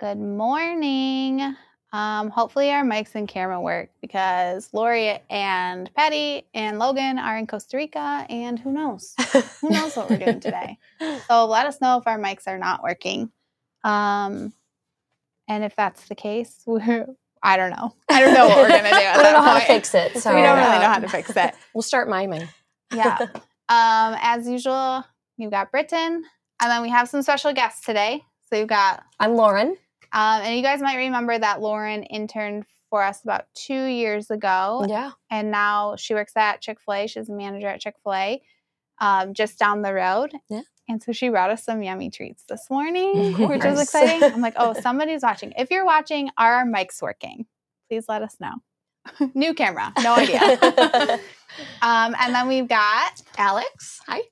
Good morning. Um, hopefully, our mics and camera work because Lori and Patty and Logan are in Costa Rica, and who knows? Who knows what we're doing today? So, let us know if our mics are not working. Um, and if that's the case, we're, I don't know. I don't know what we're going to do. At that I don't know how to point. fix it. So we don't really uh, know how to fix it. We'll start miming. Yeah. um, as usual, you've got Britain, and then we have some special guests today. So, you've got I'm Lauren. Um, and you guys might remember that Lauren interned for us about two years ago, Yeah. and now she works at Chick Fil A. She's a manager at Chick Fil A, um, just down the road. Yeah. And so she brought us some yummy treats this morning, Of which was course. exciting. I'm like, oh, somebody's watching. If you're watching, are our mics working? Please let us know. New camera, no idea. um, and then we've got Alex. Hi.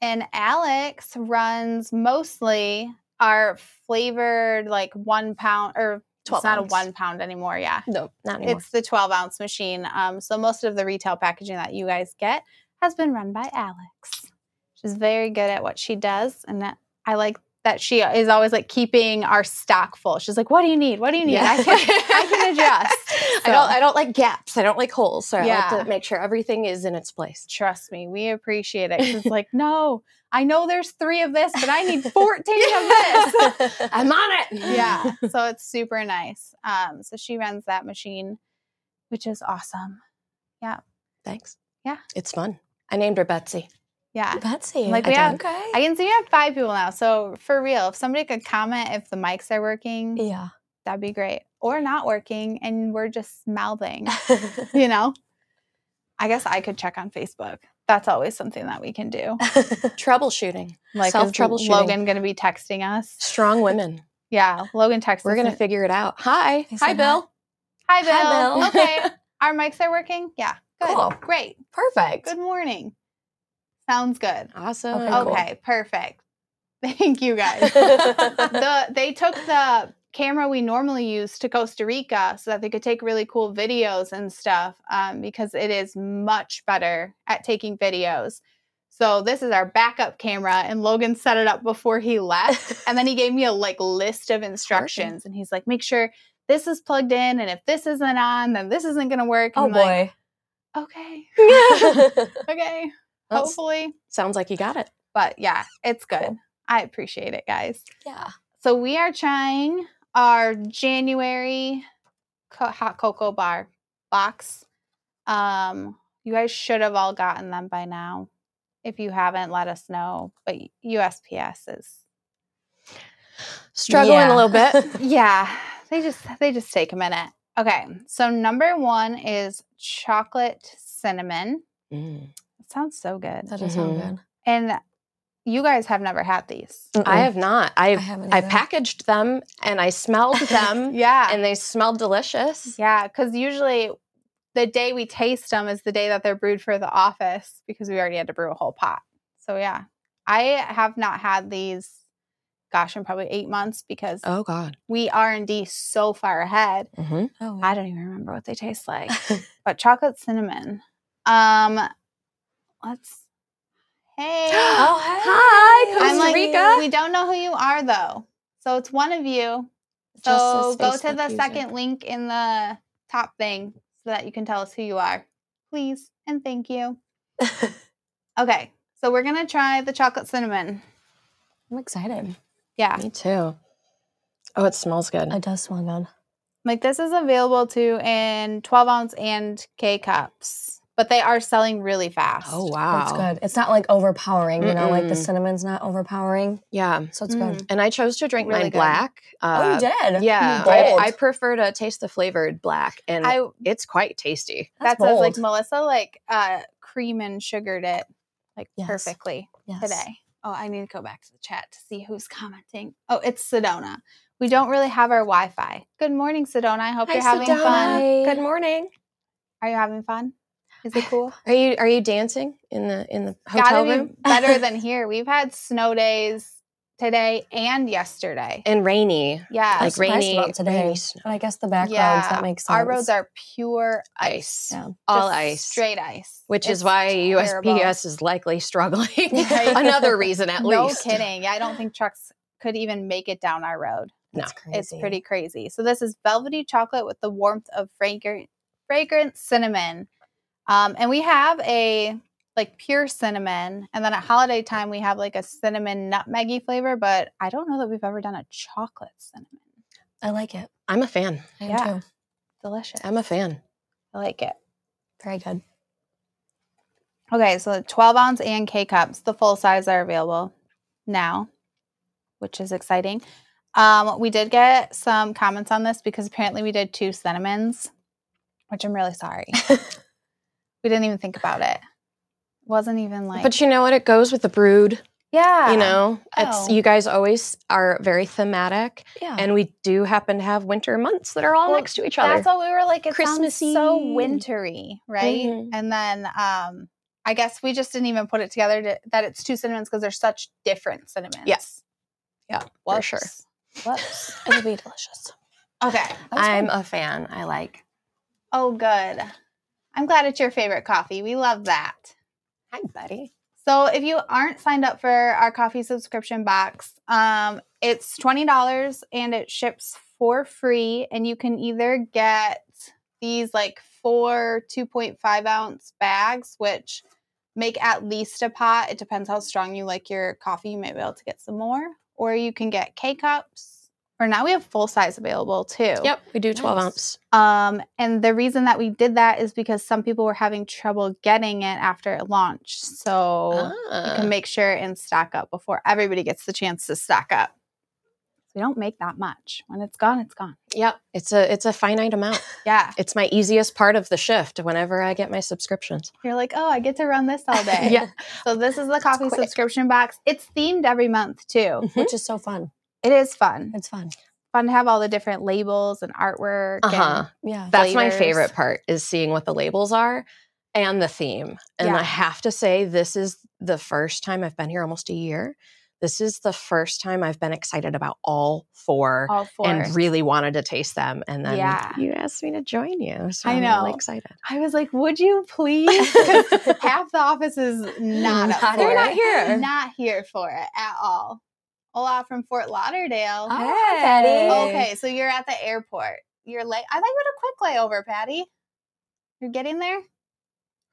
and Alex runs mostly our flavored like one pound or 12 it's not a ounce. one pound anymore. Yeah, No, not anymore. it's the twelve ounce machine. Um, so most of the retail packaging that you guys get has been run by Alex. She's very good at what she does, and that I like that she is always like keeping our stock full. She's like, "What do you need? What do you need? Yeah. I, can, I can adjust." I So- don't. I don't like gaps. I don't like holes. So I Yeah. like to make sure everything is in its place. Trust me, we appreciate it. 'Cause It's like, no, I know there's three of this, but I need fourteen of this. I'm on it. yeah so it's super nice um so she runs that machine which is awesome Thanks. Yeah. It's fun. I named her Betsy. yeah Betsy. Like, I we have- did. Okay. i can see you have five people now so for real if somebody could comment if the mics are working yeah. that'd be great or not working and we're just mouthing you know i guess i could check on facebook that's always something that we can do Troubleshooting. like is Self-troubleshooting. logan gonna be texting us Strong women. yeah logan texts We're us gonna and- figure it out. Hi. I Hi, said Bill. hi bill, Hi, Bill. okay our mics are working yeah good Cool. great Perfect. good morning sounds good Awesome. Okay, cool. Oh, Okay, perfect. Thank you guys. the they took the camera we normally use to Costa Rica so that they could take really cool videos and stuff um, because it is much better at taking videos. So this is our backup camera, and Logan set it up before he left, and then he gave me a like list of instructions, and he's like, make sure this is plugged in, and if this isn't on, then this isn't gonna work. And Oh I'm like, boy. okay, okay, Well, s- hopefully Oh. sounds like you got it. but yeah, it's good. Cool. I appreciate it, guys. Yeah. So we are trying our January co- hot cocoa bar box. Um, you guys should have all gotten them by now. If you haven't, let us know. But USPS is Struggling Yeah. a little bit. yeah, they just they just take a minute. Okay, so number one is chocolate cinnamon. Mm. It sounds so good, That does does sound sound Mhm. good. and you guys have never had these. I have not. I I've haven't. I packaged them and I smelled them Yeah, and they smelled delicious. Yeah, because usually the day we taste them is the day that they're brewed for the office because we already had to brew a whole pot. So yeah, I have not had these. Gosh, in probably eight months because Oh God. we R and D so far ahead. Mm-hmm. Oh, I don't even remember what they taste like. but chocolate cinnamon. Um, let's. Hey, oh Hi, Costa I'm like, Rica. We don't know who you are though, so it's one of you. Just So this go to Facebook the user. second link in the top thing so that you can tell us who you are, please and thank you. Okay, so we're gonna try the chocolate cinnamon. I'm excited. Yeah, Me too. Oh, it smells good. It does smell good. like this is available too in 12 ounce and K cups, but they are selling really fast. Oh wow. It's good. It's not like overpowering, you know, like the Mm-mm. cinnamon's not overpowering. Yeah. So it's Mm. good. And I chose to drink Really mine good. black. oh, you Uh, did? Yeah. You I, bold. I prefer to taste the flavored black and I it's quite tasty. that's That's what I was like bold. Melissa like uh cream and sugared it like Yes. perfectly. Yes. today. Oh, I need to go back to the chat to see who's commenting. Oh, it's Sedona. We don't really have our Wi Fi. Good morning, Sedona. I hope Hi, you're having fun. Sedona. fun. Good morning. Are you having fun? Is it cool? Are you are you dancing in the in the hotel Gotta room? be better than here. We've had snow days today and yesterday. And rainy. Yeah. I'm like surprised rainy about today. rainy snow. But I guess the backgrounds, Yeah, that makes sense. our roads are pure ice. Yeah. All Just ice. Straight ice. Which It's is why terrible. USPS is likely struggling. Right. Another reason at No least. kidding. Yeah, I don't think trucks could even make it down our road. No. That's It's crazy. pretty crazy. So this is velvety chocolate with the warmth of fragrant fragrant cinnamon. Um, and we have a like pure cinnamon, and then at holiday time we have like a cinnamon nutmeggy flavor. But I don't know that we've ever done a chocolate cinnamon. I like it. I'm a fan. I am Yeah. too. Delicious. I'm a fan. I like it. Very good. Okay, so the 12 ounce and K cups, the full size are available now, which is exciting. Um, we did get some comments on this because apparently we did two cinnamons, which I'm really sorry. we didn't even think about it. Wasn't even like, but you know what? It goes with the brood. yeah, You know, it's Oh. you guys always are very thematic, Yeah. and we do happen to have winter months that are all Well, next to each other. that's all we were like. It sounds Christmassy. so wintry, right? Mhm. And then, um, I guess we just didn't even put it together to, that it's two cinnamons because they're such different cinnamons. Yes. Yeah, for sure. Whoops. It'll be delicious. Okay. I'm a fan. I like. Oh, good. I'm glad it's your favorite coffee. We love that. Hi, buddy. So, if you aren't signed up for our coffee subscription box, um, it's $20 and it ships for free. And you can either get these like four 2.5 ounce bags, which make at least a pot. It depends how strong you like your coffee. You might be able to get some more, or you can get K cups. Or now we have full size available too. Yep, we do 12 Nice. ounce. Um, and the reason that we did that is because some people were having trouble getting it after it launched. So you Ah. can make sure and stock up before everybody gets the chance to stock up. We don't make that much. When it's gone, it's gone. Yep, it's a it's a finite amount. Yeah. It's my easiest part of the shift whenever I get my subscriptions. You're like, oh, I get to run this all day. Yeah. So this is the coffee quick. subscription box. It's themed every month too. Mhm. Which is so fun. It is fun. It's fun. Fun to have all the different labels and artwork. and- Uh-huh. Yeah. That's my flavors. favorite part is seeing what the labels are and the theme. And Yeah. I have to say, this is the first time I've been here almost a year. This is the first time I've been excited about all four, all four. and really wanted to taste them. And then Yeah. you asked me to join you. So I I am know. really excited. I was like, would you please? 'Cause half the office is not up Not for here. it. They're not here. Not here for it at all. Olaf from Fort Lauderdale. Oh, Hey. Betty. Okay, so you're at the airport. You're late. I thought you had a quick layover, Patty. You're getting there,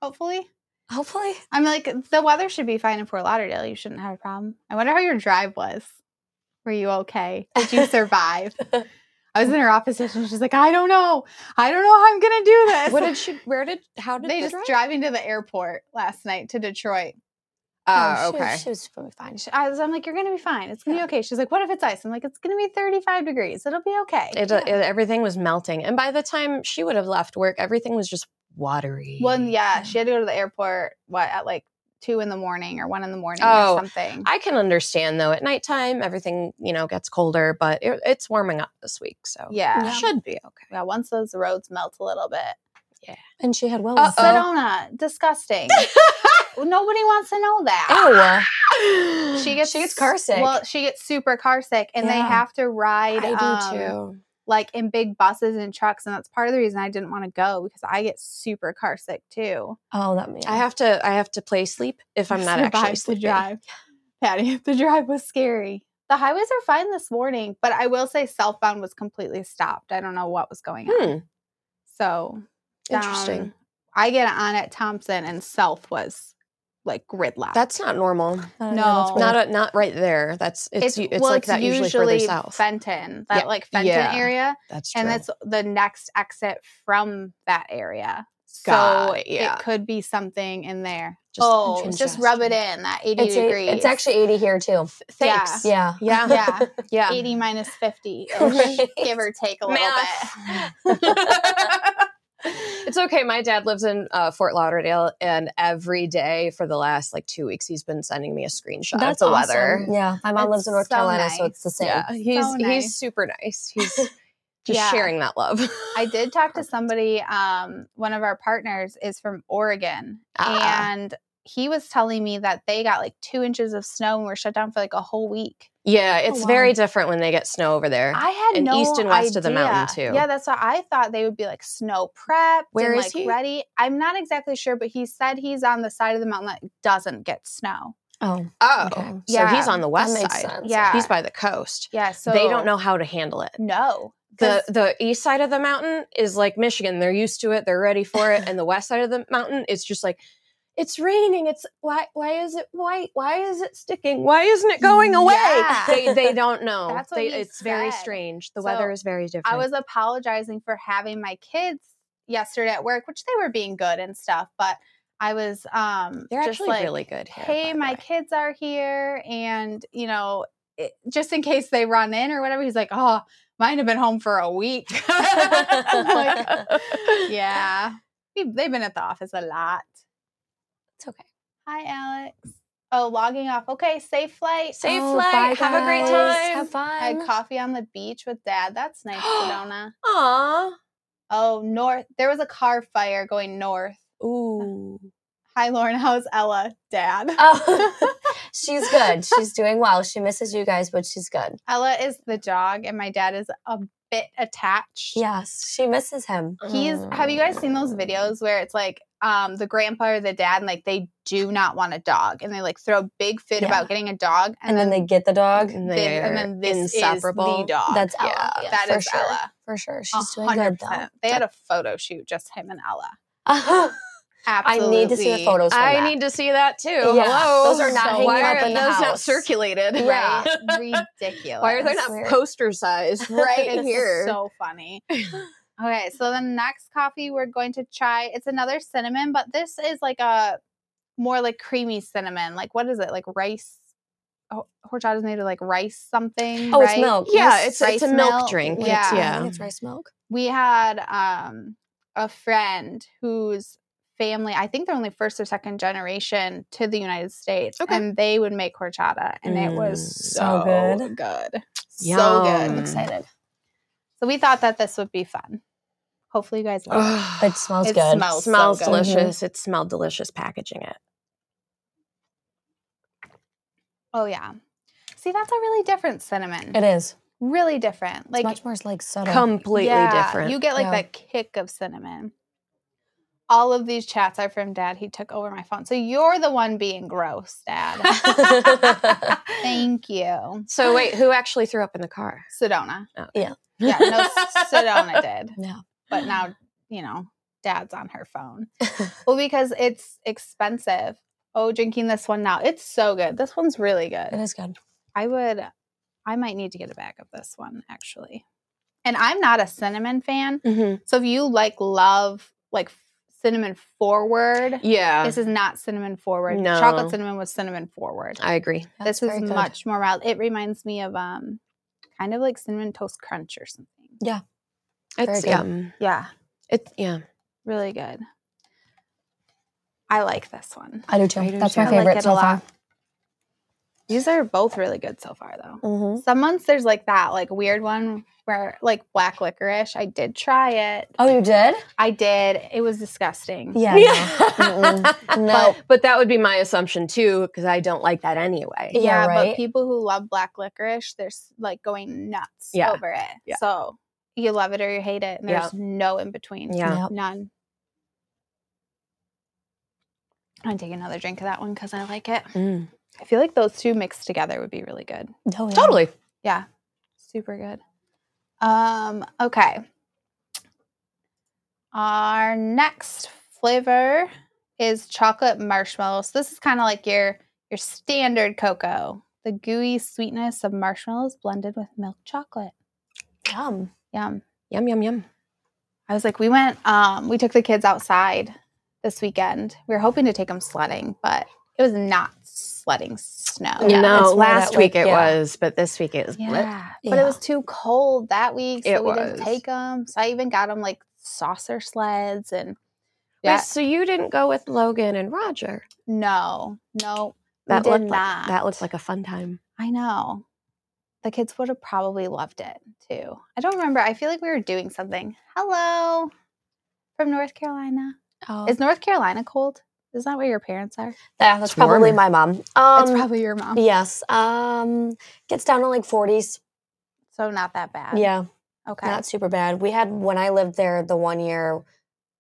hopefully. Hopefully. I'm like, the weather should be fine in Fort Lauderdale. You shouldn't have a problem. I wonder how your drive was. Were you okay? Did you survive? I was in her office yesterday. She's like, I don't know. I don't know how I'm gonna do this. What did she, where did, how did they the just drive- driving to the airport last night to Detroit. Oh, she was- okay. She was fully fine. She- I was, I'm like, you're gonna be fine. It's gonna be okay. She's like, what if it's ice? I'm like, it's gonna be 35 degrees. It'll be okay. It, it, everything was melting. And by the time she would have left work, everything was just watery. well, yeah, she had to go to the airport. What at like two in the morning or one in the morning Oh, or something. I can understand though. At nighttime, everything you know gets colder, but it, it's warming up this week, so yeah. it yeah, Yeah. should be okay. Once those roads melt a little bit, And she had Willis. Uh-oh. Sedona, disgusting. Nobody wants to know that. Ew. She gets she gets car sick. Well, she gets super car sick, and they Yeah. have to ride. I do um, too. like in big buses and trucks and that's part of the reason i didn't want to go because i get super car sick too oh, that means I have to. I have to play sleep if I'm not actually Survived the sleeping. drive patty the drive was scary the highways are fine this morning but i will say southbound was completely stopped i don't know what was going on Hmm, so down- Interesting. i get on at thompson and south was like gridlock That's not normal. No. Not a, not right there. That's it's u- it's, like that usually further south. fenton that Yeah. like fenton Yeah. area that's true. and that's the next exit from that area. so Got it, it, yeah. could be something in there. Just oh, entrance just congestion. rub it in that eighty it's, degrees. a, it's actually 80 here, too. Thanks. Yeah. Yeah. Yeah. yeah, yeah. eighty minus fifty, Right. give or take a little Math. bit. It's okay. My dad lives in uh, Fort Lauderdale, and every day for the last like two weeks, he's been sending me a screenshot of the awesome. weather. Yeah. My mom That's lives in North so Carolina, so nice. it's the same. Yeah, he's nice. he's super nice. He's just Yeah. sharing that love. I did talk to somebody. Um, one of our partners is from Oregon, Ah. and he was telling me that they got like two inches of snow and were shut down for like a whole week. Yeah, it's wow. very different when they get snow over there. I had And no east and west of the mountain, idea. too. Yeah, that's what I thought they would be like snow prep. Where and, is like, he? Ready? I'm not exactly sure, but he said he's on the side of the mountain that doesn't get snow. Oh, Oh, Okay. so Yeah, he's on the west that makes side. sense. Yeah. He's by the coast. Yeah, so they don't know how to handle it. No, The 'cause- the east side of the mountain is like Michigan. They're used to it. They're ready for it. And the west side of the mountain is just like it's raining. It's why why is it white? Why is it sticking? Why isn't it going away? Mm, Yeah. They they don't know. That's what They- he it's very said. strange. The So, weather is very different. I was apologizing for having my kids yesterday at work, which they were being good and stuff, but I was um They're just actually like, really good. Here, by hey, the my way. kids are here, and you know, it, just in case they run in or whatever, he's like, oh, mine have been home for a week. I'm like, yeah, We- they've been at the office a lot. it's okay. Hi, Alex. Oh, logging off. Okay, safe flight. Safe Oh, flight. bye, Have a great guys. time. Have I had fun. coffee on the beach with dad. That's nice, Sedona. Aw. Oh, north. There was a car fire going north. Ooh. Hi, Lauren. How's Ella? Dad. Oh, she's good. She's doing well. She misses you guys, but she's good. Ella is the dog, and my dad is a bit attached. Yes, she misses him. He's. Have you guys seen those videos where it's like um the grandpa or the dad, and like they do not want a dog, and they like throw a big fit Yeah. about getting a dog, And, then, they get the dog. And thi- they're and then this inseparable. is the dog. That's Ella. Yeah, that for is sure. Ella. For sure. A She's doing hundred good though. percent. They had a photo shoot, just him and Ella. I Absolutely. need to see the photos. From I that. need to see that too. Yeah, Hello. those are not hanging why up are in the those not house. circulated? Yeah. Right? Ridiculous. Why are they That's not weird. poster size right in It's here? So funny. Okay, so the next coffee we're going to try, it's another cinnamon, but this is like a more like creamy cinnamon. Like what is it? Like rice. Oh, horchata is made of like rice something. Oh, it's right? milk. yeah, Yes. it's it's a Rice milk milk. drink. Yeah. It's, I yeah. think it's rice milk. we had um a friend whose family i think they're only first or second generation to the united states Okay. and they would make horchata and it was Mm, so, so good. good so good Yum. i'm excited so we thought that this would be fun hopefully you guys love it Ugh. It smells It good. smells- so smells good. Mm-hmm. delicious. It smelled delicious packaging it. oh yeah see that's a really different cinnamon It is. really different It's like much more like subtle. Completely yeah, different. you get like Yeah. that kick of cinnamon all of these chats are from dad he took over my phone so you're the one being gross dad Thank you. so wait, who actually threw up in the car? Sedona. Yeah. Yeah, no, Sedona did. Yeah. But now, you know, dad's on her phone. Well, because it's expensive. Oh, drinking this one now. It's so good. This one's really It good. is good. I would, I might need to get a bag of this one actually. And I'm not a cinnamon fan. Mhm. So if you like love like cinnamon forward, Yeah, this is not cinnamon forward. No. Chocolate cinnamon was cinnamon forward. I agree. That's this very is good. much more mild. It reminds me of um, kind of like cinnamon toast crunch or something. Very It's good. yum. Yeah, It's yeah. really good. I like this one. I do too. I do That's too. my I favorite like it so a far. lot. These are both really good so far, though. hmm Some months there's like that, like weird one where like black licorice. I did try it. Oh, you did? I did. It was disgusting. Yeah. Yeah. No. no. But that would be my assumption too, because I don't like that anyway. Yeah, but right? people who love black licorice, they're s- like going nuts Yeah. over it. Yeah. So you love it or you hate it, and Yeah. there's no in between. Yeah. Yep. None. I'm gonna take another drink of that one because I like it. Mm. I feel like those two mixed together would be really good. Oh, yeah. Totally. Yeah, super good. Um, okay. Our next flavor is chocolate marshmallows. This is kind of like your your standard cocoa. The gooey sweetness of marshmallows blended with milk chocolate. Yum. Yum. Yum yum yum. I was like, we went, um, we took the kids outside this weekend. We were hoping to take them sledding, but it was not sledding snow. Yeah, it's Oh, no, more last that, week like, it yeah. was, but this week it was. Yeah. Yeah, but it was too cold that week, so It we was. didn't take them. So I even got them like saucer sleds and yeah, So you didn't go with Logan and Roger. no, no, That we looked did like, not. that looked like a fun time. I know. The kids would have probably loved it too. I don't remember. I feel like we were doing something. Hello, from North Carolina. Oh. Is North Carolina cold? Is that where your parents are? yeah, that's It's probably warmer. my mom. it's Um, probably your mom. yes. Um, gets down to like 40s. So not that bad. Yeah. Okay. Not super bad. We had when I lived there the one year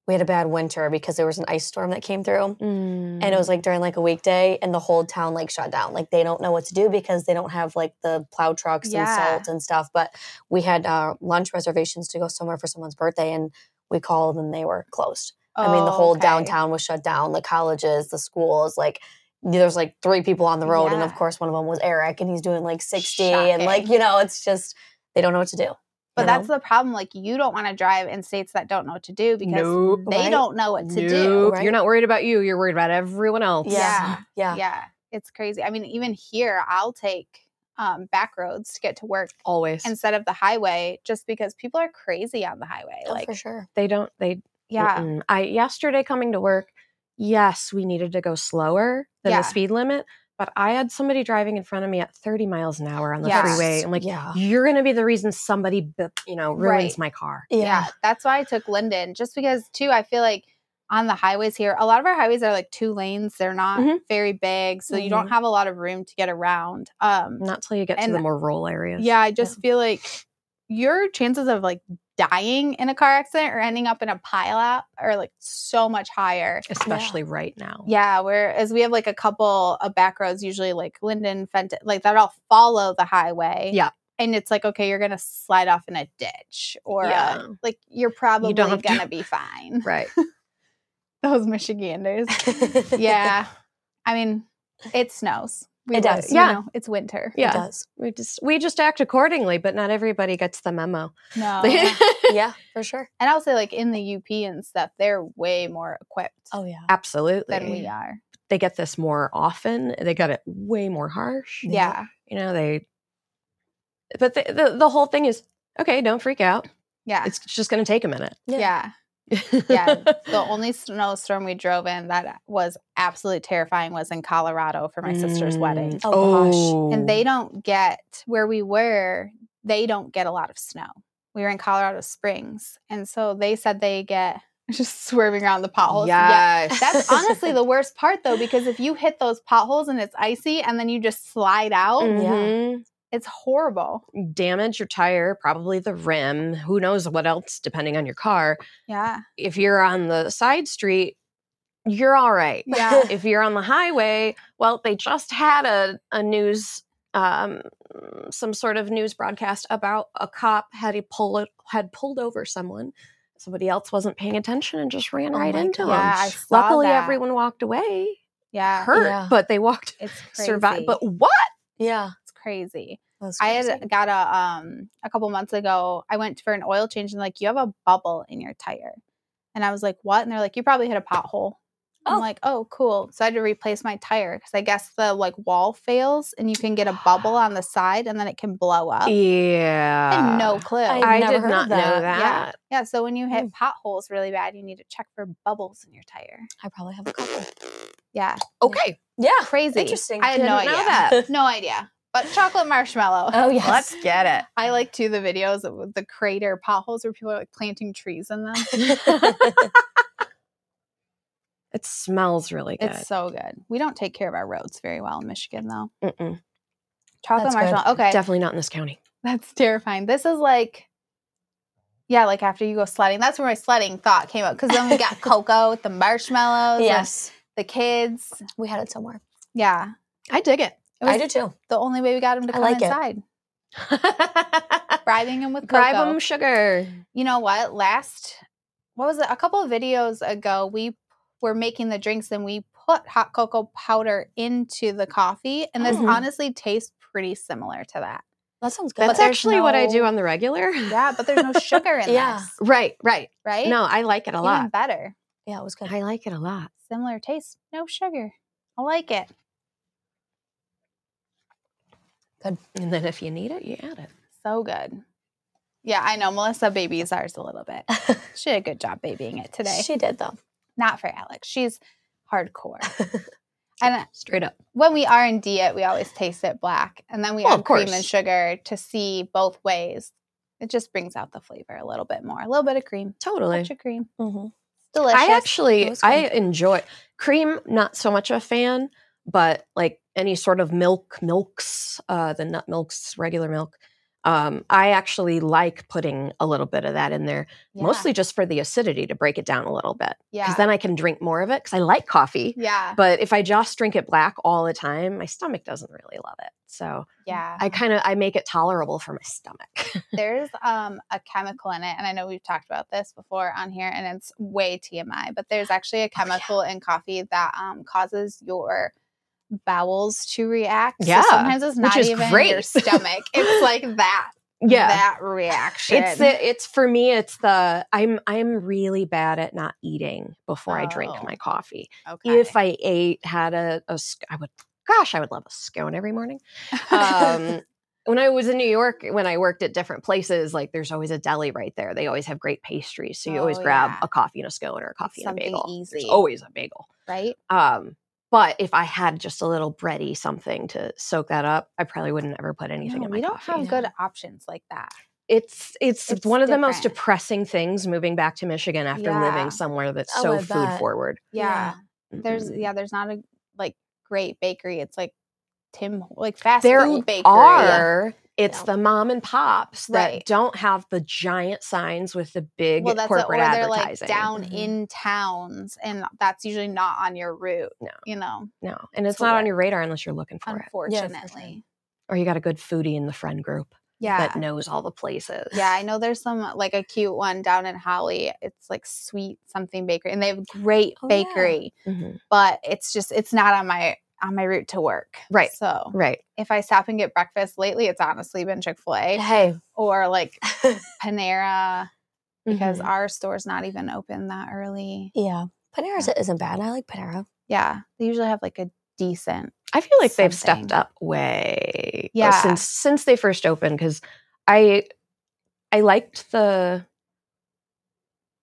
we had a bad winter because there was an ice storm that came through. Mm. And it was Mm-hmm. like during like a weekday and the whole town like shut down. Like they don't know what to do because they don't have like the plow trucks Yeah. and salt and stuff. But we had uh, lunch reservations to go somewhere for someone's birthday and we called and they were closed. I mean, the whole Oh, Okay. downtown was shut down. The colleges, the schools, like there's like three people on the road. And of Yeah. course, one of them was Eric and he's doing like 60. And like, Shocking. you know, it's just, they don't know what to do. you But know? that's the problem. Like you don't want to drive in states that don't know what to do because Nope. they Right. don't know what to do. Nope. right? You're not worried about you. You're worried about everyone else. yeah. Yeah. Yeah. It's crazy. I mean, even here I'll take um, back roads to get to work Always. And instead of the highway just because people are crazy on the highway. Oh, like for sure. they don't. They. yeah. mm-mm. I yesterday coming to work. Yes, we needed to go slower than Yeah. the speed limit, but I had somebody driving in front of me at 30 miles an hour on the Yes. freeway. I'm like, yeah. you're going to be the reason somebody, b- you know, ruins Right. my car. yeah. That's why I took Linden just because too I feel like on the highways here, a lot of our highways are like two lanes. They're not Mhm. very big, so you don't have a lot of room to get around. Um, Not till you get to And- the more rural areas. Yeah, I just feel like your chances of like dying in a car accident or ending up in a pileup are like so much higher. Especially right now. Yeah, whereas we have like a couple of back roads, usually like Linden, Fenton, like that all follow the highway. Yeah. And it's like, okay, you're going to slide off in a ditch or uh, Yeah. like you're probably have to- going to be fine. Right. Those Michiganders. yeah. I mean, it snows. We It live- does. you Yeah. know, it's winter. It Yeah. does. We just we just act accordingly, but not everybody gets the memo. No. Yeah, for sure. And I'll say, like in the UP and stuff, they're way more equipped Oh, yeah. Absolutely. than we are. They get this more often. They got it way more harsh. Yeah. Yeah, You know, they but the the, the whole thing is okay, don't freak out. yeah, It's just going to take a minute. yeah. Yeah, The only snowstorm we drove in that was absolutely terrifying was in Colorado for my sister's wedding, Mm. Oh, and they don't get where we were. They don't get a lot of snow. We were in Colorado Springs, and so they said they get just swerving around the potholes. Yes. That's honestly the worst part though, because if you hit those potholes and it's icy and then you just slide out, Mhm. it's horrible. Damage your tire, probably the rim. Who knows what else, depending on your car. Yeah. If you're on the side street, you're all right. Yeah. if you're on the highway, well, they just had a, a news, um, some sort of news broadcast about a cop had a pull had pulled over someone. Somebody else wasn't paying attention and just ran Oh right my into him. gosh. yeah, I saw Luckily, that. everyone walked away yeah, hurt, Yeah. but they walked it's crazy. survived. But what? Yeah. it's crazy. That's I crazy. had got a um a couple months ago. I went for an oil change and like you have a bubble in your tire, and I was like, what? And they're like, you probably hit a pothole. Oh. I'm like, oh, cool. So I had to replace my tire because I guess the like wall fails and you can get a bubble on the side and then it can blow up. I Yeah, had no clue. I- I never did heard not of know that. yeah, that. yeah. So when you hit potholes really bad, you need to check for bubbles in your tire. I probably have a couple. Yeah, Okay, Yeah. crazy. Ah, Interesting. I had no Didn't idea. know that. No idea. But chocolate marshmallow. Oh yes. let's get I like too the videos of with the crater potholes where people are like planting trees in them. it. it smells really good. It's so good. We don't take care of our roads very well in Michigan though. Mm-mm. Chocolate That's good. marshmallow. Okay. Definitely not in this county. That's terrifying. This is like yeah, like after you go sledding. That's where my sledding thought came up because then we got cocoa with the marshmallows. and Yes. the kids. We had it somewhere. Yeah. I dig it. It was I do too. the only way we got them to I come like it. inside. Bribing them with cocoa. Bribe 'em sugar. you know what last what was it a couple of videos ago we were making the drinks and we put hot cocoa powder into the coffee and this Oh. honestly tastes pretty similar to that That sounds good. But That's there's actually what I do no- on the regular. yeah but there's no sugar in Yeah. this Right, right. right No, I like it a even lot. better yeah, it was good. I like it a lot. similar taste no sugar i like it And then if you need it, you add it. so good yeah i know melissa babies ours a little bit she did a good job babying it today She did though. not for alex she's hardcore and Straight up. when we R and D it, we always taste it black, and then we Well, add of cream course. and sugar to see both ways. It just brings out the flavor a little bit more. A little bit of cream, Totally. touch of cream, Mm-hmm. delicious. I actually Those I ones. enjoy cream, not so much a fan, but like any sort of milk, milks, uh the nut milks, regular milk. Um, I actually like putting a little bit of that in there, Yeah. mostly just for the acidity to break it down a little bit. Because Yeah. then I can drink more of it because I like coffee. yeah. But if I just drink it black all the time, my stomach doesn't really love it. So Yeah. I kind of I make it tolerable for my stomach. There's um a chemical in it, and I know we've talked about this before on here, and it's way TMI. But there's actually a Oh, yeah. chemical in coffee that um causes your bowels to react. Yeah, so sometimes it's not is even your great. stomach. it's like that. that reaction. It's the, it's for me it's the I'm I'm really bad at not eating before I drink Oh. my coffee. okay. If I ate had a, a sc- I would gosh, I would love a scone every morning. um, when I was in New York, when I worked at different places, like there's always a deli right there. They always have great pastries, so you always Oh, grab yeah. a coffee and a scone or a coffee Something and a bagel. There's easy. always a bagel. right? Um, but if I had just a little bready something to soak that up, I probably wouldn't ever put anything No, in my we don't coffee. have good options like that. it's, it's It's one of the most different. depressing things moving back to Michigan after Yeah. living somewhere that's Oh, so I food bet. forward. Yeah. Yeah. There's Mm-mm. yeah, there's not a like great bakery. It's like Tim like fast there food bakery. are it's Yeah. the mom and pops that Right. don't have the giant signs with the big well, that's it, corporate or they're like advertising Mm-hmm. down Mhm. in towns, and that's usually not on your route. No. You know, no and it's So not what? on your radar unless you're looking for it unfortunately. or you got a good foodie in the friend group Yeah, that knows all the places yeah. I know there's some like a cute one down in Holly. It's like sweet something bakery, and they have great Oh, yeah. bakery, Mhm. but it's just it's not on my on my route to work. Right. So right if I stop and get breakfast lately, it's honestly been Chick Fil A Hey, or like Panera because Mhm. our store's not even open that early. yeah, Panera isn't bad. I like Panera. Yeah, they usually have like a decent. i feel like they've stepped something. up way uh, Yeah. since since they first opened because i i liked the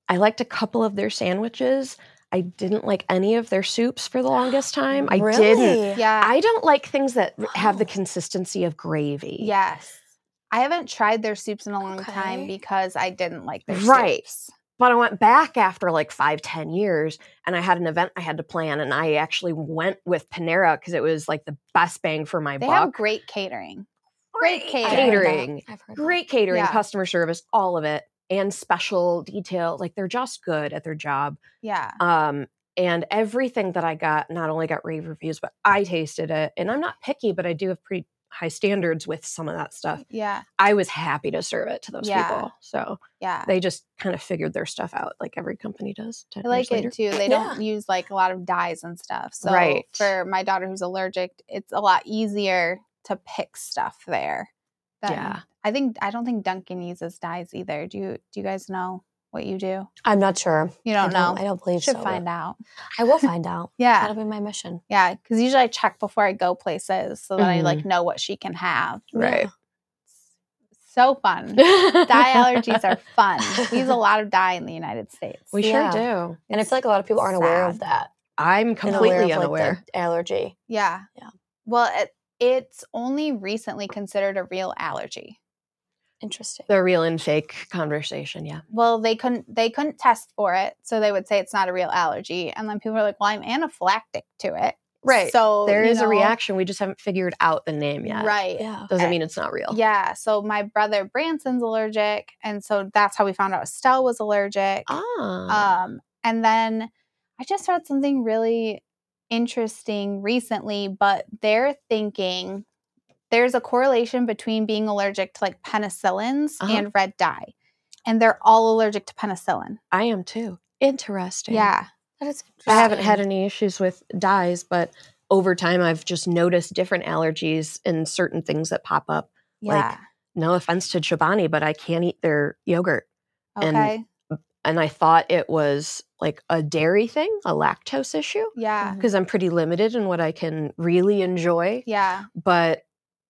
i liked a couple of their sandwiches i didn't like any of their soups for the longest time i didn't Yeah, I don't like things that r- have the Oh. consistency of gravy. Yes. I haven't tried their soups in a long time Okay. because I didn't like their Right. soups. But I went back after like five, ten years and I had an event I had to plan and I actually went with Panera because it was like the best bang for my They have buck. great catering. great I've catering. heard that. Catering. I've heard that. Great catering, Yeah. customer service, all of it, and special detail. Like they're just good at their job. Yeah. Um, and everything that I got not only got rave reviews, but I tasted it. And I'm not picky, but I do have pretty high standards with some of that stuff. Yeah. I was happy to serve it to those Yeah. people. So Yeah. they just kind of figured their stuff out like every company does 10 I like years later. it too. They don't use like a lot of dyes and stuff. So Right. for my daughter who's allergic, it's a lot easier to pick stuff there. than- Yeah. I think I don't think Duncan uses dyes either. Do you do you guys know what you do? I'm not sure. You I don't, know. I don't believe should so. find out. I will find out. Yeah. That'll be my mission. Yeah. Cause usually I check before I go places so that I like know what she can have. Mm-hmm. Right. So fun. dye allergies are fun. We use a lot of dye in the United States. We Yeah. sure do. And I feel like a lot of people aren't aware of Sad. that. I'm and completely aware of, like, the unaware. allergy. yeah. Yeah. Well, it, it's only recently considered a real allergy. Interesting. The, real and fake conversation. Yeah. Well, they couldn't they couldn't test for it, so they would say it's not a real allergy, and then people are like, "Well, I'm anaphylactic to it." Right. So there you is a know, reaction. We just haven't figured out the name yet. Right. Eh, Yeah. Doesn't mean it's not real. Yeah. So my brother Branson's allergic, and so that's how we found out Estelle was allergic. Ah. Um, and then I just read something really interesting recently, but they're thinking there's a correlation between being allergic to like penicillins Uh-huh. and red dye. And they're all allergic to penicillin. I am too. Interesting. Yeah. That is I haven't had interesting. any issues with dyes, but over time I've just noticed different allergies and certain things that pop up. Like, Yeah. No offense to Chobani, but I can't eat their yogurt. and- okay. and I thought it was like a dairy thing, a lactose issue, yeah. because I'm pretty limited in what I can really enjoy. Yeah. But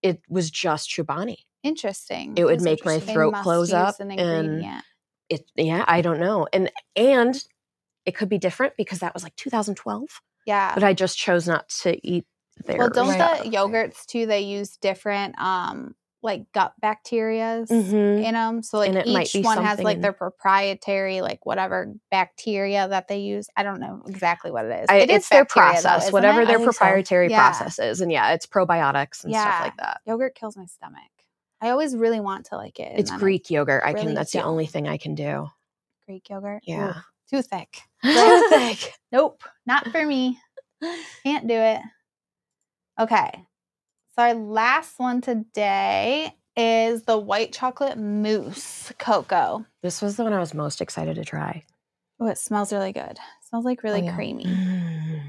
it was just Chobani. Interesting. It would That's make my interesting. They throat must close use up, an and ingredient. it. Yeah, I don't know, and and it could be different because that was like 2012. yeah. But I just chose not to eat there. Well, don't Right. the yogurts too? They use different, um, like gut bacterias. Mm-hmm. in them. So like And it might each be one has something like in- their proprietary like whatever bacteria that they use. I don't know exactly what it is. I, It is it's their bacteria, though, process, isn't whatever it? their I think so. proprietary Yeah. process is, and yeah, it's probiotics and Yeah. stuff like that. yogurt kills my stomach. I always really want to like it. and It's then I- Greek yogurt. I really can. That's don't. the only thing I can do. Greek yogurt. Yeah. Ooh, too thick. Toothache. Nope. Not for me. Can't do it. Okay. So our last one today is the white chocolate mousse cocoa. This was the one I was most excited to try. Oh, it smells really good. smells like Oh, really yeah. creamy. Mm.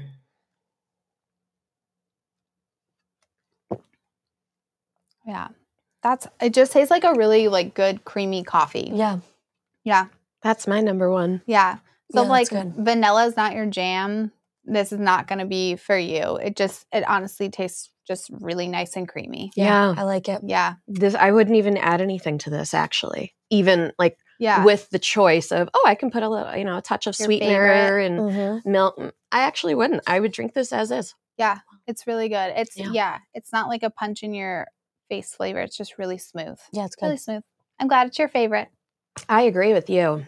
Yeah. That's it just tastes like a really like good creamy coffee. yeah. Yeah. That's my number one. Yeah. So Yeah, if, like that's vanilla good. vanilla's not your jam, this is not going to be for you. It just it honestly tastes just really nice and creamy. Yeah. I like it. Yeah. This I wouldn't even add anything to this actually. Even like Yeah. with the choice of oh, I can put a little, you know, a touch of Your sweetener favorite. Mm. and Mm-hmm. milk. I actually wouldn't. I would drink this as is. it's really good. It's yeah. Yeah. it's not like a punch in your face flavor. It's just really smooth. It's Yeah, it's good. really smooth. I'm glad it's your favorite. I agree with you.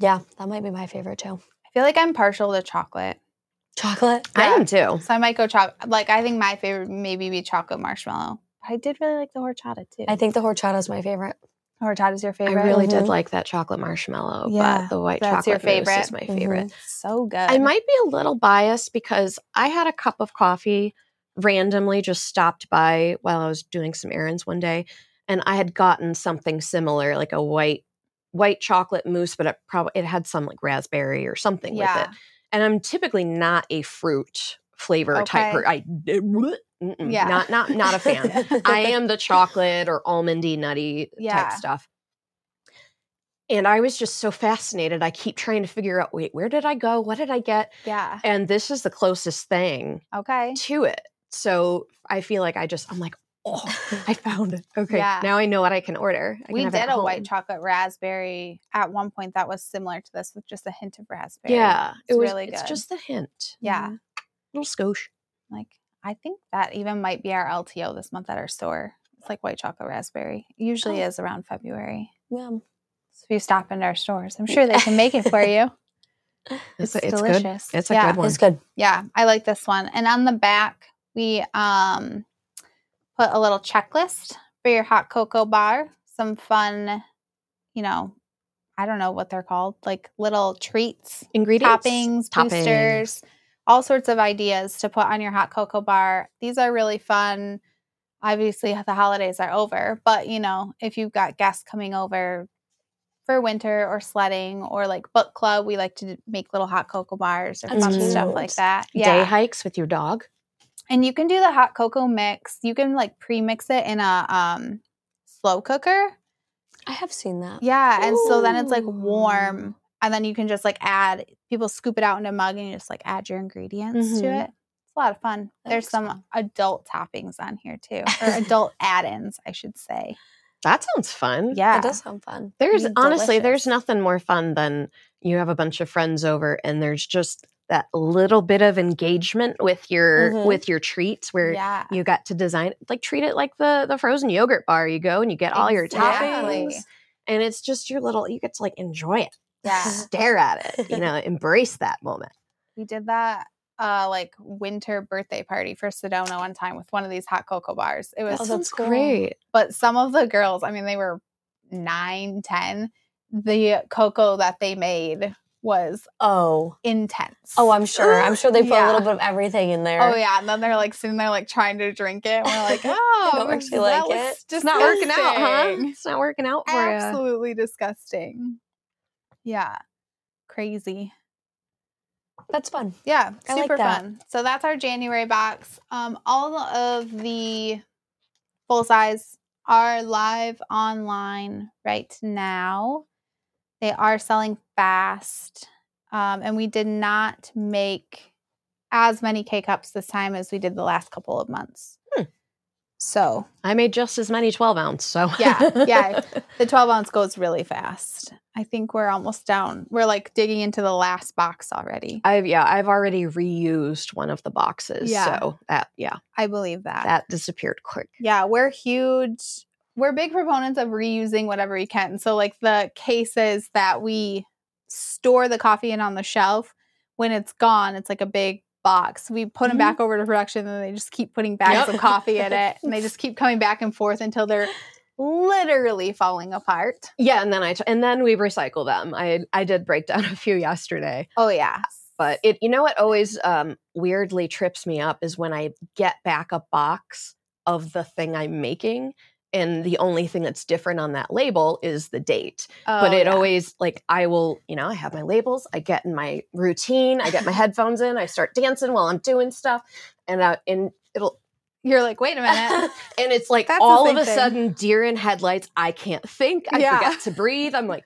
Yeah, that might be my favorite too. I feel like I'm partial to chocolate. Chocolate. I Yeah. am too. So I might go chocolate. Like I think my favorite would maybe be chocolate marshmallow. But I did really like the horchata too. I think the horchata is my favorite. horchata's your favorite. Mm-hmm. I really did Mhm. like that chocolate marshmallow, Yeah, but the white that's your chocolate favorite. mousse Mm-hmm. is my Mhm. favorite. so good. I might be a little biased because I had a cup of coffee randomly just stopped by while I was doing some errands one day and I had gotten something similar like a white white chocolate mousse but it probably it had some like raspberry or something yeah. with it. And I'm typally not a fruit flavor Okay. type per- I eh, mm-mm, Yeah. not not not a fan. I am the chocolate or almondy nutty Yeah. type stuff. And I was just so fascinated. I keep trying to figure out wait, where did I go? What did I get? Yeah. And this is the closest thing Okay. to it. So I feel like I just, I'm like, oh, I found it. Okay. Yeah. Now I know what I can order. I we can have it did at a white home. chocolate raspberry at one point that was similar to this with just a hint of raspberry. Yeah. It's it was, really it's good. just the hint. Yeah. Mhm. Little skosh. Like I think that even might be our LTO this month at our store. It's like white chocolate raspberry. It usually Oh. is around February. Yeah. So if you stop into our stores, I'm sure they can make it for you. It's delicious. good. It's a Yeah. good one. It's good. Yeah, I like this one. And on the back, we um put a little checklist for your hot cocoa bar, some fun, you know, I don't know what they're called, like little treats Ingredients. toppings, boosters, all sorts of ideas to put on your hot cocoa bar. These are really fun. Obviously, the holidays are over, but you know, if you've got guests coming over for winter or sledding or like book club, we like to d- make little hot cocoa bars or That's fun stuff cute. like that. Day Yeah. hikes with your dog. and you can do the hot cocoa mix. You can like pre-mix it in a um slow cooker. I have seen that. Yeah, and so then it's like Ooh. warm, and then you can just like add people scoop it out in a mug, and you just like add your ingredients to Mhm. it. It's a lot of fun. That There's looks some fun. adult toppings on here too, or adult add-ins, I should say. Mm, That sounds fun. Yeah, It does sound fun. Mm-hmm. There's be honestly, there's delicious. nothing more fun than you have a bunch of friends over and there's just that little bit of engagement with your Mhm. with your treats where Mm-hmm. yeah, you got to design like treat it like the the frozen yogurt bar you go and you get all Exactly. your toppings and it's just your little you get to like enjoy it yeah. stare at it you know embrace that moment We did that uh like winter birthday party for Sedona one time with one of these hot cocoa bars. It was That sounds cool. but some of the girls i mean they were nine ten the cocoa that they made was Oh. intense Oh, I'm sure. I'm sure they put Yeah. a little bit of everything in there. oh yeah and then they're like sitting there like trying to drink it and we're like oh don't actually like that was it. it's not working out huh disgusting." it's not working out for you absolutely disgusting yeah crazy That's fun. yeah I like super that. fun so that's our january box um all of the full size are live online right now they are selling fast um, and we did not make as many k-cups this time as we did the last couple of months Hmm. so i made just as many 12 ounce so Yeah, yeah. the 12 ounce goes really fast i think we're almost down we're like digging into the last box already I've yeah, I've already reused one of the boxes. Yeah. So that yeah, i believe that that disappeared quick. yeah we're huge we're big proponents of reusing whatever we can so like the cases that we store the coffee in on the shelf when it's gone it's like a big box. We put Mm-hmm. them back over to production, and they just keep putting bags Yep. of coffee in it, and they just keep coming back and forth until they're literally falling apart. Yeah, and then I t- and then we recycle them. I I did break down a few yesterday, Oh yeah, but it you know what always um, weirdly trips me up is when I get back a box of the thing I'm making, and the only thing that's different on that label is the date. but Oh, it yeah. always like I will you know I have my labels, I get in my routine, I get my headphones in, I start dancing while I'm doing stuff, and I, and it'll you're like, wait a minute. and it's like That's the all of same a thing. sudden deer in headlights. I can't think. I Yeah. forget to breathe. I'm like.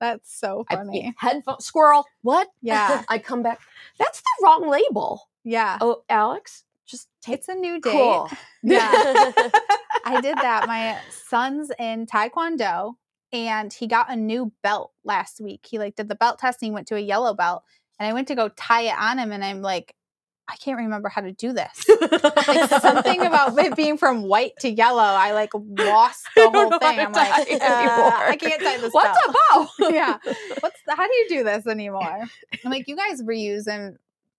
That's so I- funny. headphone squirrel. What? Yeah. I come back. That's the wrong label. yeah. Oh, Alex, just take It's a new date. cool. Yeah. I did that. My son's in Taekwondo and he got a new belt last week. He like did the belt testing, went to a yellow belt, and I went to go tie it on him and I'm like, I can't remember how to do this. Like something about it being from white to yellow. I like lost the I don't whole know how thing. to I'm like, tie it uh, anymore. I can't tie this What's belt. about? yeah. What's the, how do you do this anymore? I'm like, you guys reuse and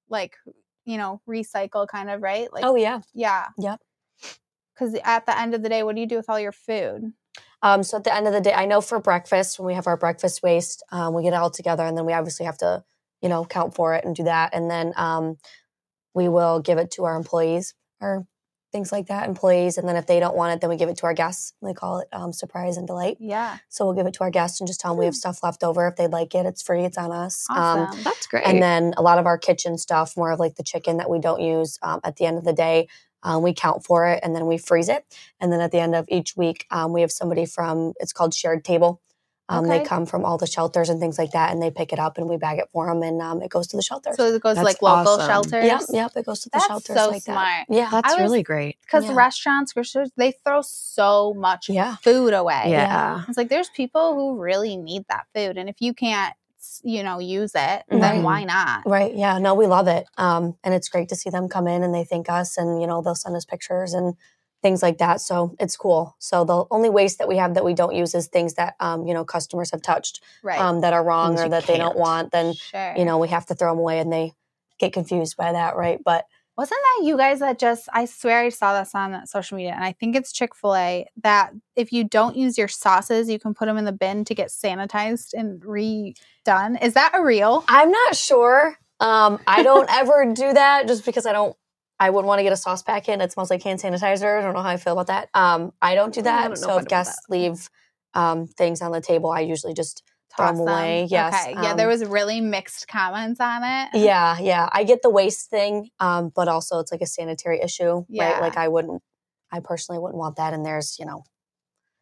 like, you know, recycle kind of, right? Like, oh yeah. yeah. Yep. Because at the end of the day, what do you do with all your food? Um, so at the end of the day, I know for breakfast when we have our breakfast waste, um, we get it all together, and then we obviously have to, you know, count for it and do that, and then um, we will give it to our employees or things like that, employees, and then if they don't want it, then we give it to our guests. We call it um, surprise and delight. Yeah. So we'll give it to our guests and just tell them we have stuff left over. If they like it, it's free. It's on us. Um, Awesome. That's great. and then a lot of our kitchen stuff, more of like the chicken that we don't use. Um, at the end of the day, um, we count for it and then we freeze it. And then at the end of each week, um, we have somebody from it's called Shared Table. Um, They Okay. come from all the shelters and things like that, and they pick it up and we bag it for them, and um, it goes to the shelters. so it goes to like That's local awesome. shelters. yep, yep, it goes to the That's shelters so like smart. that. Yeah, That's I was- really great. Because Yeah. restaurants, groceries, they throw so much Yeah. food away. Yeah. It's like there's people who really need that food. And if you can't, you know, use it, Right. then why not? Um, Right. Yeah. No, we love it. Um, and it's great to see them come in and they thank us and, you know, they'll send us pictures and things like that. So it's cool. So the only waste that we have that we don't use is things that, um, you know, customers have touched Right. um, that are wrong Things or you that they don't can't. want. Then, sure. you know, we have to throw them away and they get confused by that. Right. But Wasn't that you guys that just, I swear I saw this on social media, and I think it's Chick fil A, that if you don't use your sauces, you can put them in the bin to get sanitized and redone. Is that a real? I'm not sure. Um, I don't ever do that just because I don't. I wouldn't want to get a sauce packet. It smells like hand sanitizer. I don't know how I feel about that. Um, I don't do Mm, I that. don't know if I so know if about guests leave um, things on the table, I usually just Throw 'em Toss 'em? away, yes, Okay. yeah, there um, was really mixed comments on it. yeah, yeah. I get the waste thing, um, but also it's like a sanitary issue, Yeah. right? Like I wouldn't. I personally wouldn't want that. And there's, you know,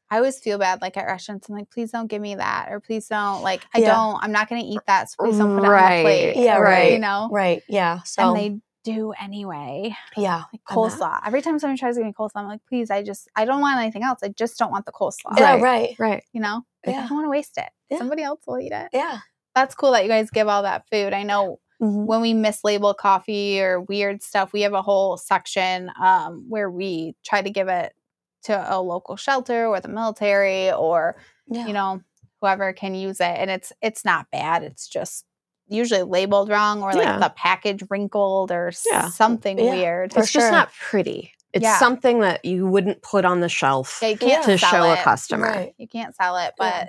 I always feel bad like at restaurants. I'm like, please don't give me that, or please don't like I Yeah. don't. I'm not going to eat that. So please don't put it on Right. the plate. Yeah, or, You right. know, right? Yeah. So and they do anyway. yeah, Like And that- coleslaw. Every time somebody tries to give me coleslaw, I'm like, please, I just I don't want anything else. I just don't want the coleslaw. yeah, Right. right. Right. you know like, i Yeah. don't want to waste it Yeah. somebody else will eat it Yeah. that's cool that you guys give all that food i know Mhm. when we mislabel coffee or weird stuff we have a whole section um, where we try to give it to a local shelter or the military or Yeah. you know whoever can use it and it's it's not bad it's just usually labeled wrong or like Yeah. the package wrinkled or s- Yeah. something Yeah. weird For it's just sure. not pretty. It's Yeah. something that you wouldn't put on the shelf Yeah, you can't to sell show it. a customer, Right. you can't sell it but Yeah.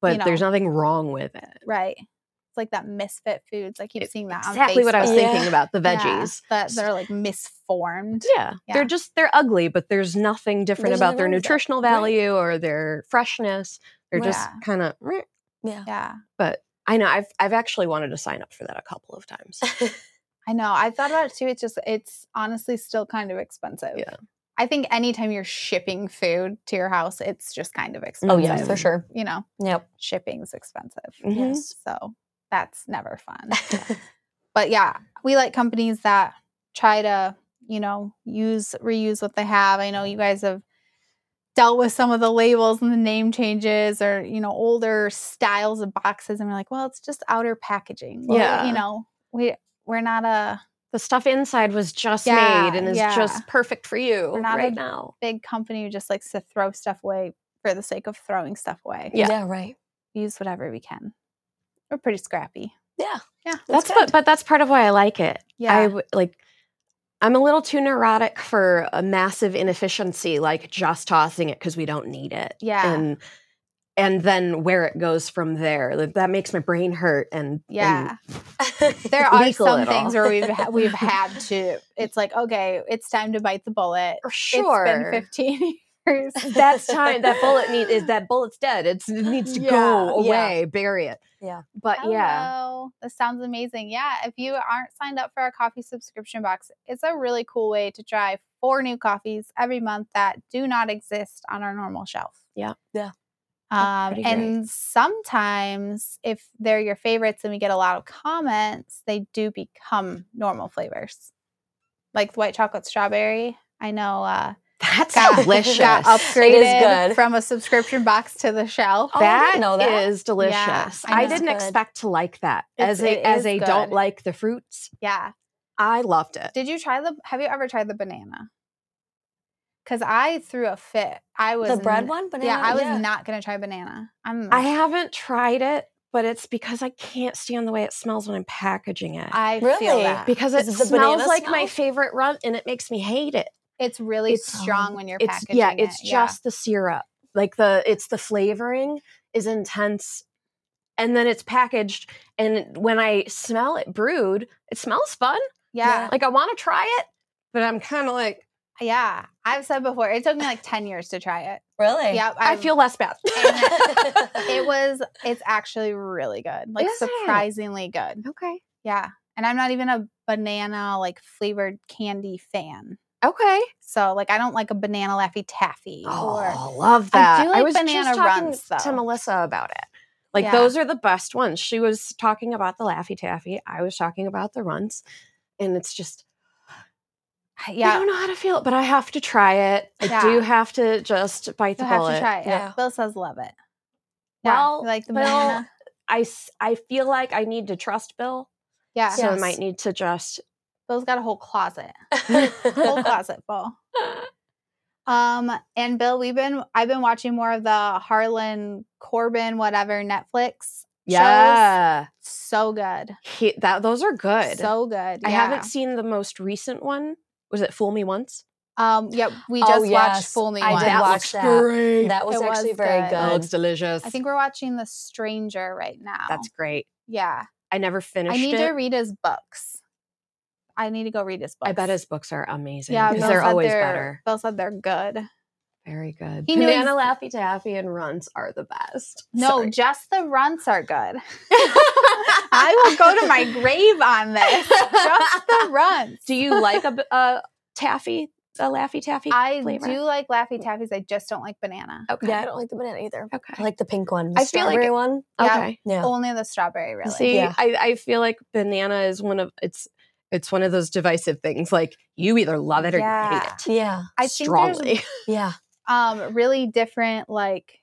but You know. there's nothing wrong with it. right it's like that misfit foods i keep It- seeing that Exactly on what I was Facebook. Yeah. thinking about the Yeah, veggies. that they're like misformed. Yeah. Yeah. They're just they're ugly, but there's nothing different There's about nothing their wrong with it. nutritional Right. value or their freshness. They're just Yeah. kind of Yeah. Yeah, but I know I've I've actually wanted to sign up for that a couple of times. I know. I thought about it too. It's just it's honestly still kind of expensive. Yeah. I think anytime you're shipping food to your house, it's just kind of expensive. Oh yeah, for Mhm. sure. You know, Yep. shipping's expensive. Mhm. Yes. So that's never fun. but yeah, we like companies that try to, you know, use reuse what they have. I know you guys have dealt with some of the labels and the name changes or, you know, older styles of boxes and we're like, well, it's just outer packaging. Well, Yeah. You know, we we're not a The stuff inside was just Yeah, made and is yeah. just perfect for you We're not right a- now. big company who just likes to throw stuff away for the sake of throwing stuff away. Yeah. yeah. Right. Use whatever we can. We're pretty scrappy. Yeah. Yeah. That's good. but, but that's part of why I like it. Yeah. I w- like I'm a little too neurotic for a massive inefficiency like just tossing it cuz we don't need it. Yeah. And and then where it goes from there. Like, That makes my brain hurt and and yeah. There are legal some at all. things where we've ha- we've had to. It's like okay, it's time to bite the bullet. for sure. It's been 15 years. that's time that bullet need is that bullet's dead. It's, it needs to Yeah, yeah. go away, bury it. Yeah. Oh, But yeah. Hello. This sounds amazing. Yeah. If you aren't signed up for our coffee subscription box, it's a really cool way to try four new coffees every month that do not exist on our normal shelf. Yeah. Yeah. Um, pretty great. and sometimes, if they're your favorites and we get a lot of comments, they do become normal flavors, like the white chocolate strawberry. I know uh, That's got, delicious. got upgraded good. from a subscription box to the shelf. Oh, I That didn't know that. is delicious. I I, know. didn't Good. expect to like that. It's- As a it as is a don't good. like the fruits, Yeah. I loved it. Did you try the? Have you ever tried the banana? Because I threw a fit. I was the bread n- one, banana. yeah, I was not gonna try banana. I'm. I haven't tried it, but it's because I can't stand the way it smells when I'm packaging it. I feel Really? that because it Is it the smells banana like my smell? favorite rum, and it makes me hate it. it's really it's, um, strong when you're It's packaging. yeah, it's it, just the syrup. Like the it's the flavoring is intense, and then it's packaged. And when I smell it brewed, it smells fun. yeah, Like I want to try it, but I'm kind of like yeah, yeah. I've said before, it took me like ten years to try it. really. Yeah, I feel less bad. it was. It's actually really good. Like Is it? surprisingly good. okay. Yeah, and I'm not even a banana like flavored candy fan. Okay. So like, I don't like a banana laffy taffy. Oh, or- I love I that. do like was banana just talking runs, to though. Melissa about it. Like Yeah. those are the best ones. She was talking about the Laffy Taffy. I was talking about the runs, and it's just I yeah, don't know how to feel it, but I have to try it. I Yeah. do have to just bite the you have bullet. to try it. Yeah. Bill says love it. Well, you like the Bill- banana. I s- I feel like I need to trust Bill, Yeah, so I Yes. might need to just Bill's got a whole closet, whole closet full. Um, and Bill, we've been I've been watching more of the Harlan Corbin whatever Netflix. yeah. So good, He, that those are good. so good. I yeah. haven't seen the most recent one. Was it Fool Me Once? Um, yep, we Oh, just watched yes. Fool Me I Once. did That watch looks that. Great. that was It actually was very good. good. That looks delicious. I think we're watching The Stranger right now. That's great. yeah. I never finished I need it. to read his books. I need to go read his books. I bet his books are amazing. yeah, because Bill they're said always they're- better. Bill said they're good. Very good. He knew Banana ex- Laffy Taffy and runs are the best. No, Sorry. just the runts are good. I will go to my grave on this. Just the runts. Do you like a, b- uh, a taffy, a Laffy Taffy? I flavor? do like Laffy Taffies. I just don't like banana. okay. Yeah, I don't like the banana either. Okay. I like the pink one. I I feel feel like like one. yeah. okay. Yeah. Only the strawberry, really. See, Yeah. I, I feel like banana is one of it's it's one of those divisive things. Like you either love it or you hate Yeah. it. Yeah. I think there's strongly. Yeah. um, really different, like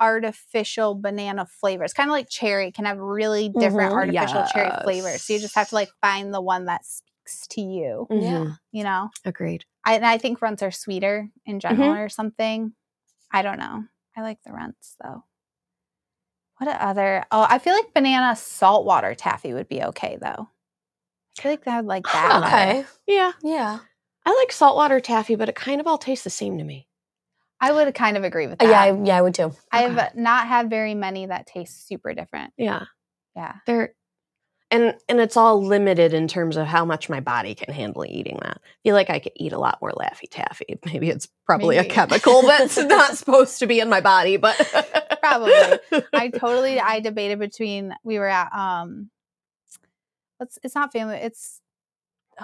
artificial banana flavors. Kind of like cherry can have really different Mhm. artificial cherry flavors. So you just have to like Yes. find the one that speaks to you. Mhm. You know, Agreed. I, and I think runts are sweeter in general Mm-hmm. or something. I don't know. I like the runts though. What a other? Oh, I feel like banana saltwater taffy would be okay though. I feel like that would like that. Huh. better. Okay. Yeah. Yeah. I like saltwater taffy, but it kind of all tastes the same to me. I would kind of agree with Uh, that. Yeah. I, yeah. I would too. I've okay. not had very many that taste super different. Yeah. Yeah. they're and and it's all limited in terms of how much my body can handle eating that. I feel like I could eat a lot more Laffy Taffy. Maybe it's probably Maybe. a chemical that's not supposed to be in my body, but Probably. I totally I debated between we were at um it's it's not family, it's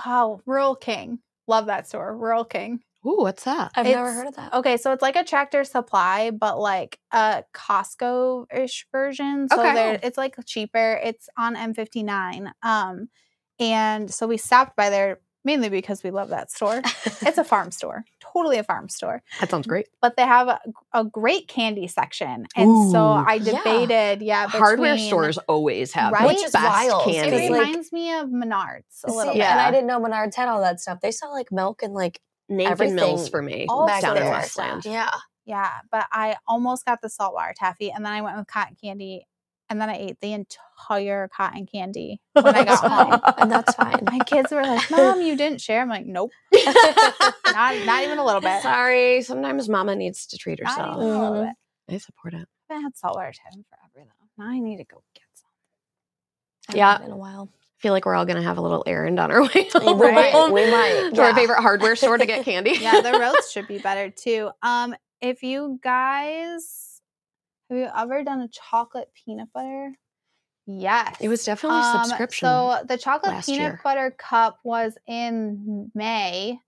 oh Rural King. Love that store, Rural King. Ooh, what's that? I've never It's- heard of that. Okay, so it's like a tractor supply, but like a Costco ish version. So Okay. there it's like cheaper. It's on M59. Um and so we stopped by there mainly because we love that store. it's a farm store. Totally a farm store. That sounds great. but they have a, a great candy section. And so Ooh. I Yeah. debated, yeah, Hardware uh, between- stores always have Right? the Which is best wild, It candy. because, like- reminds me of Menards a little See, bit. And I Yeah. didn't know Menards had all that stuff. They sell like milk and like Nathan Mills everything for me all back down in there. Westland. Yeah. Yeah, but I almost got the saltwater taffy, and then I went with cotton candy, And then I ate the entire cotton candy when I got home. and that's fine. My kids were like, Mom, you didn't share. I'm like, Nope, not, not even a little bit. Not Sorry, sometimes mama needs to treat even herself. a little bit. I support it. I haven't had saltwater tavern forever, though. Now I need to go get some. I haven't Yeah. been in a while. I feel like we're all gonna have a little errand on our way We home. might. We might. To our Yeah. favorite hardware store to get candy. Yeah, the roads should be better too. Um, If you guys have you ever done a chocolate peanut butter? Yes. It was definitely Um, subscription. So the chocolate last peanut year. butter cup was in May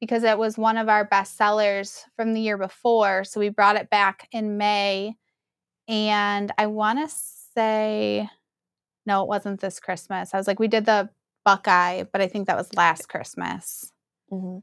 because it was one of our best sellers from the year before. So we brought it back in May. And I want to say, no, it wasn't this Christmas. I was like, we did the Buckeye, but I think that was last Christmas. Mhm.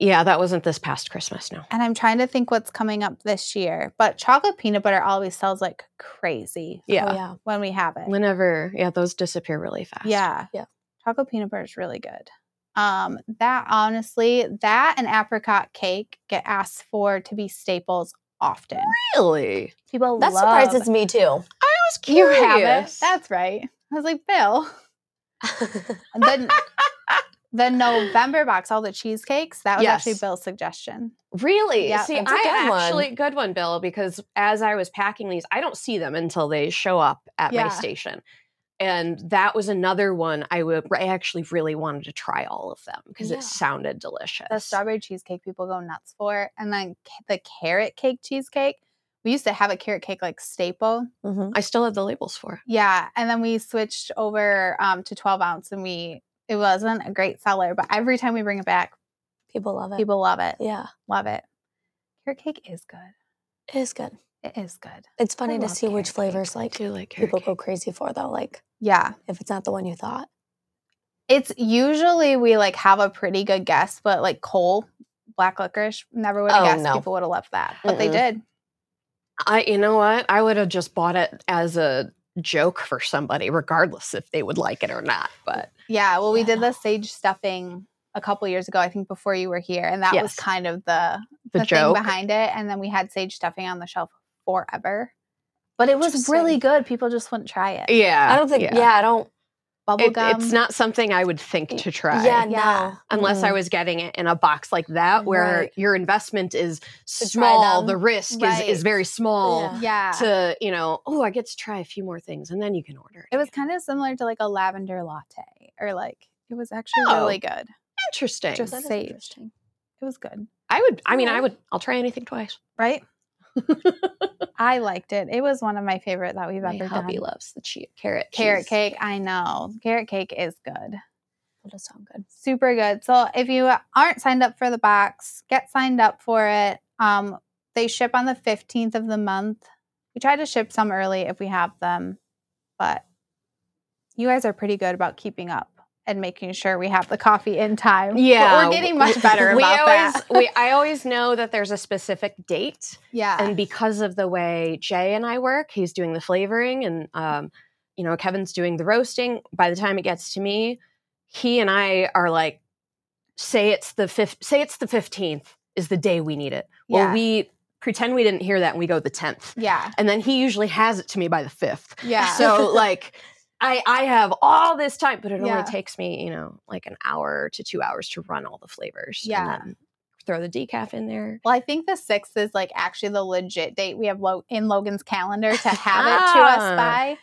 yeah, that wasn't this past Christmas. No, And I'm trying to think what's coming up this year. But chocolate peanut butter always sells like crazy yeah. Oh, yeah. when we have it. Whenever, yeah, those disappear really fast. Yeah. Yeah. Chocolate peanut butter is really good. Um, that honestly, that and apricot cake get asked for to be staples often. really. People That love. surprises me too. I was You curious. have it. That's right. I was like, Bill. The, the November box, all the cheesecakes, that was actually Yes. Bill's suggestion. really. Yeah, see, that's a I good one. actually good one, Bill, because as I was packing these, I don't see them until they show up at Yeah. my station. And that was another one I would. I actually really wanted to try all of them because Yeah. it sounded delicious. The strawberry cheesecake people go nuts for. And then ca- the carrot cake cheesecake. We used to have a carrot cake like staple. Mhm. I still have the labels for. it. Yeah, and then we switched over um, to 12 ounce, and we it wasn't a great seller, but every time we bring it back, People love it. people love it, Yeah. love it. Carrot cake is good. It is good. It is good. It's funny to love see carrot which cake. flavors I like do like carrot people cake. go crazy for though. Like Yeah, if it's not the one you thought. it's usually we like have a pretty good guess, but like Cole black licorice never would have Oh, guessed no. people would have loved that, but they Mm-mm. did. I, you know what? I would have just bought it as a joke for somebody, regardless if they would like it or not. But Yeah, well, we Yeah, did no. the sage stuffing a couple years ago, I think before you were here, and that was Yes. kind of the the, the joke, thing behind it. And then we had sage stuffing on the shelf forever. But it was Interesting. really good. People just wouldn't try it. yeah, I don't think. Yeah. I don't. Bubble It- gum. it's not something I would think to try. Yeah. Yeah. No. Unless Mm-hmm. I was getting it in a box like that, where Right. your investment is try small, them. the risk Right. is, is very small. Yeah. To you know, oh, I get to try a few more things, and then you can order. it was again." kind of similar to like a lavender latte or like it was actually Oh, really good. interesting. Just That is sage. interesting. It was good. I would. I mean, I Alright. would. I'll try anything twice. Right? I liked it. It was one of my favorite that we've My ever done. hubby loves the che- carrot Carrot cheese. cake, I know. Carrot cake is good. That does sound good. super good. So if you aren't signed up for the box, get signed up for it. Um, they ship on the 15th of the month. We try to ship some early if we have them, but you guys are pretty good about keeping up and making sure we have the coffee in time. But Yeah, we're getting much better about we always that. we I always know that there's a specific date, yeah, and because of the way Jay and I work, he's doing the flavoring, and um, you know Kevin's doing the roasting. By the time it gets to me, he and I are like, say it's the fifth, say it's the fifteenth is the day we need it. Well, yeah, we pretend we didn't hear that, and we go the tenth, yeah, and then he usually has it to me by the fifth. yeah. So like I I have all this time, but it Yeah. only takes me, you know, like an hour to two hours to run all the flavors. and Yeah. then throw the decaf in there. well, I think the sixth is like actually the legit date we have lo- in Logan's calendar to have it to us Ah. by.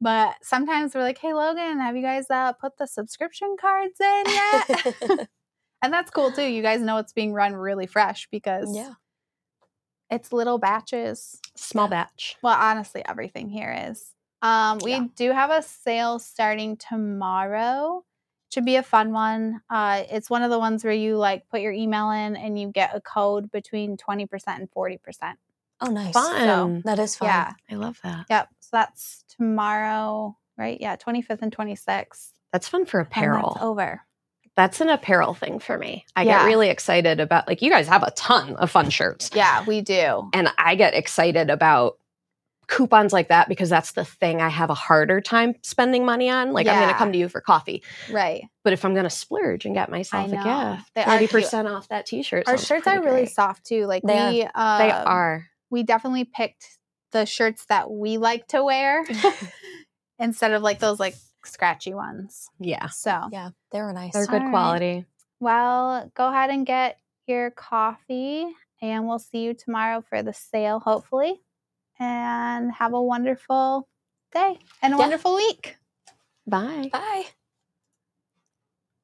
But sometimes we're like, "Hey, Logan, have you guys uh, put the subscription cards in yet?" And that's cool too. You guys know it's being run really fresh because yeah. it's little batches. Small batch. Well, honestly, everything here is. Um, we Yeah. do have a sale starting tomorrow. Should be a fun one. Uh, it's one of the ones where you like put your email in and you get a code between 20% and 40%. Oh, nice. Fun. That is fun. Yeah. I love that. Yep. So that's tomorrow, right? Yeah, 25th and 26th. That's fun for and that's apparel. over. That's an apparel thing for me. I Yeah. get really excited about like you guys have a ton of fun shirts. Yeah, we do. And I get excited about coupons like that because that's the thing I have a harder time spending money on. Like I'm Yeah. gonna come to you for coffee. Right. But if I'm gonna splurge and get myself a know. gift, They are thirty cute. percent off that T-shirt. Our sounds shirts are pretty really great. soft too. Like They are. we, um, They are. we definitely picked the shirts that we like to wear instead of like those like scratchy ones. Yeah. So, Yeah, they were nice. They're All good right. quality. well, go ahead and get your coffee and we'll see you tomorrow for the sale, hopefully. And have a wonderful day and a Yeah. wonderful week. Bye. Bye.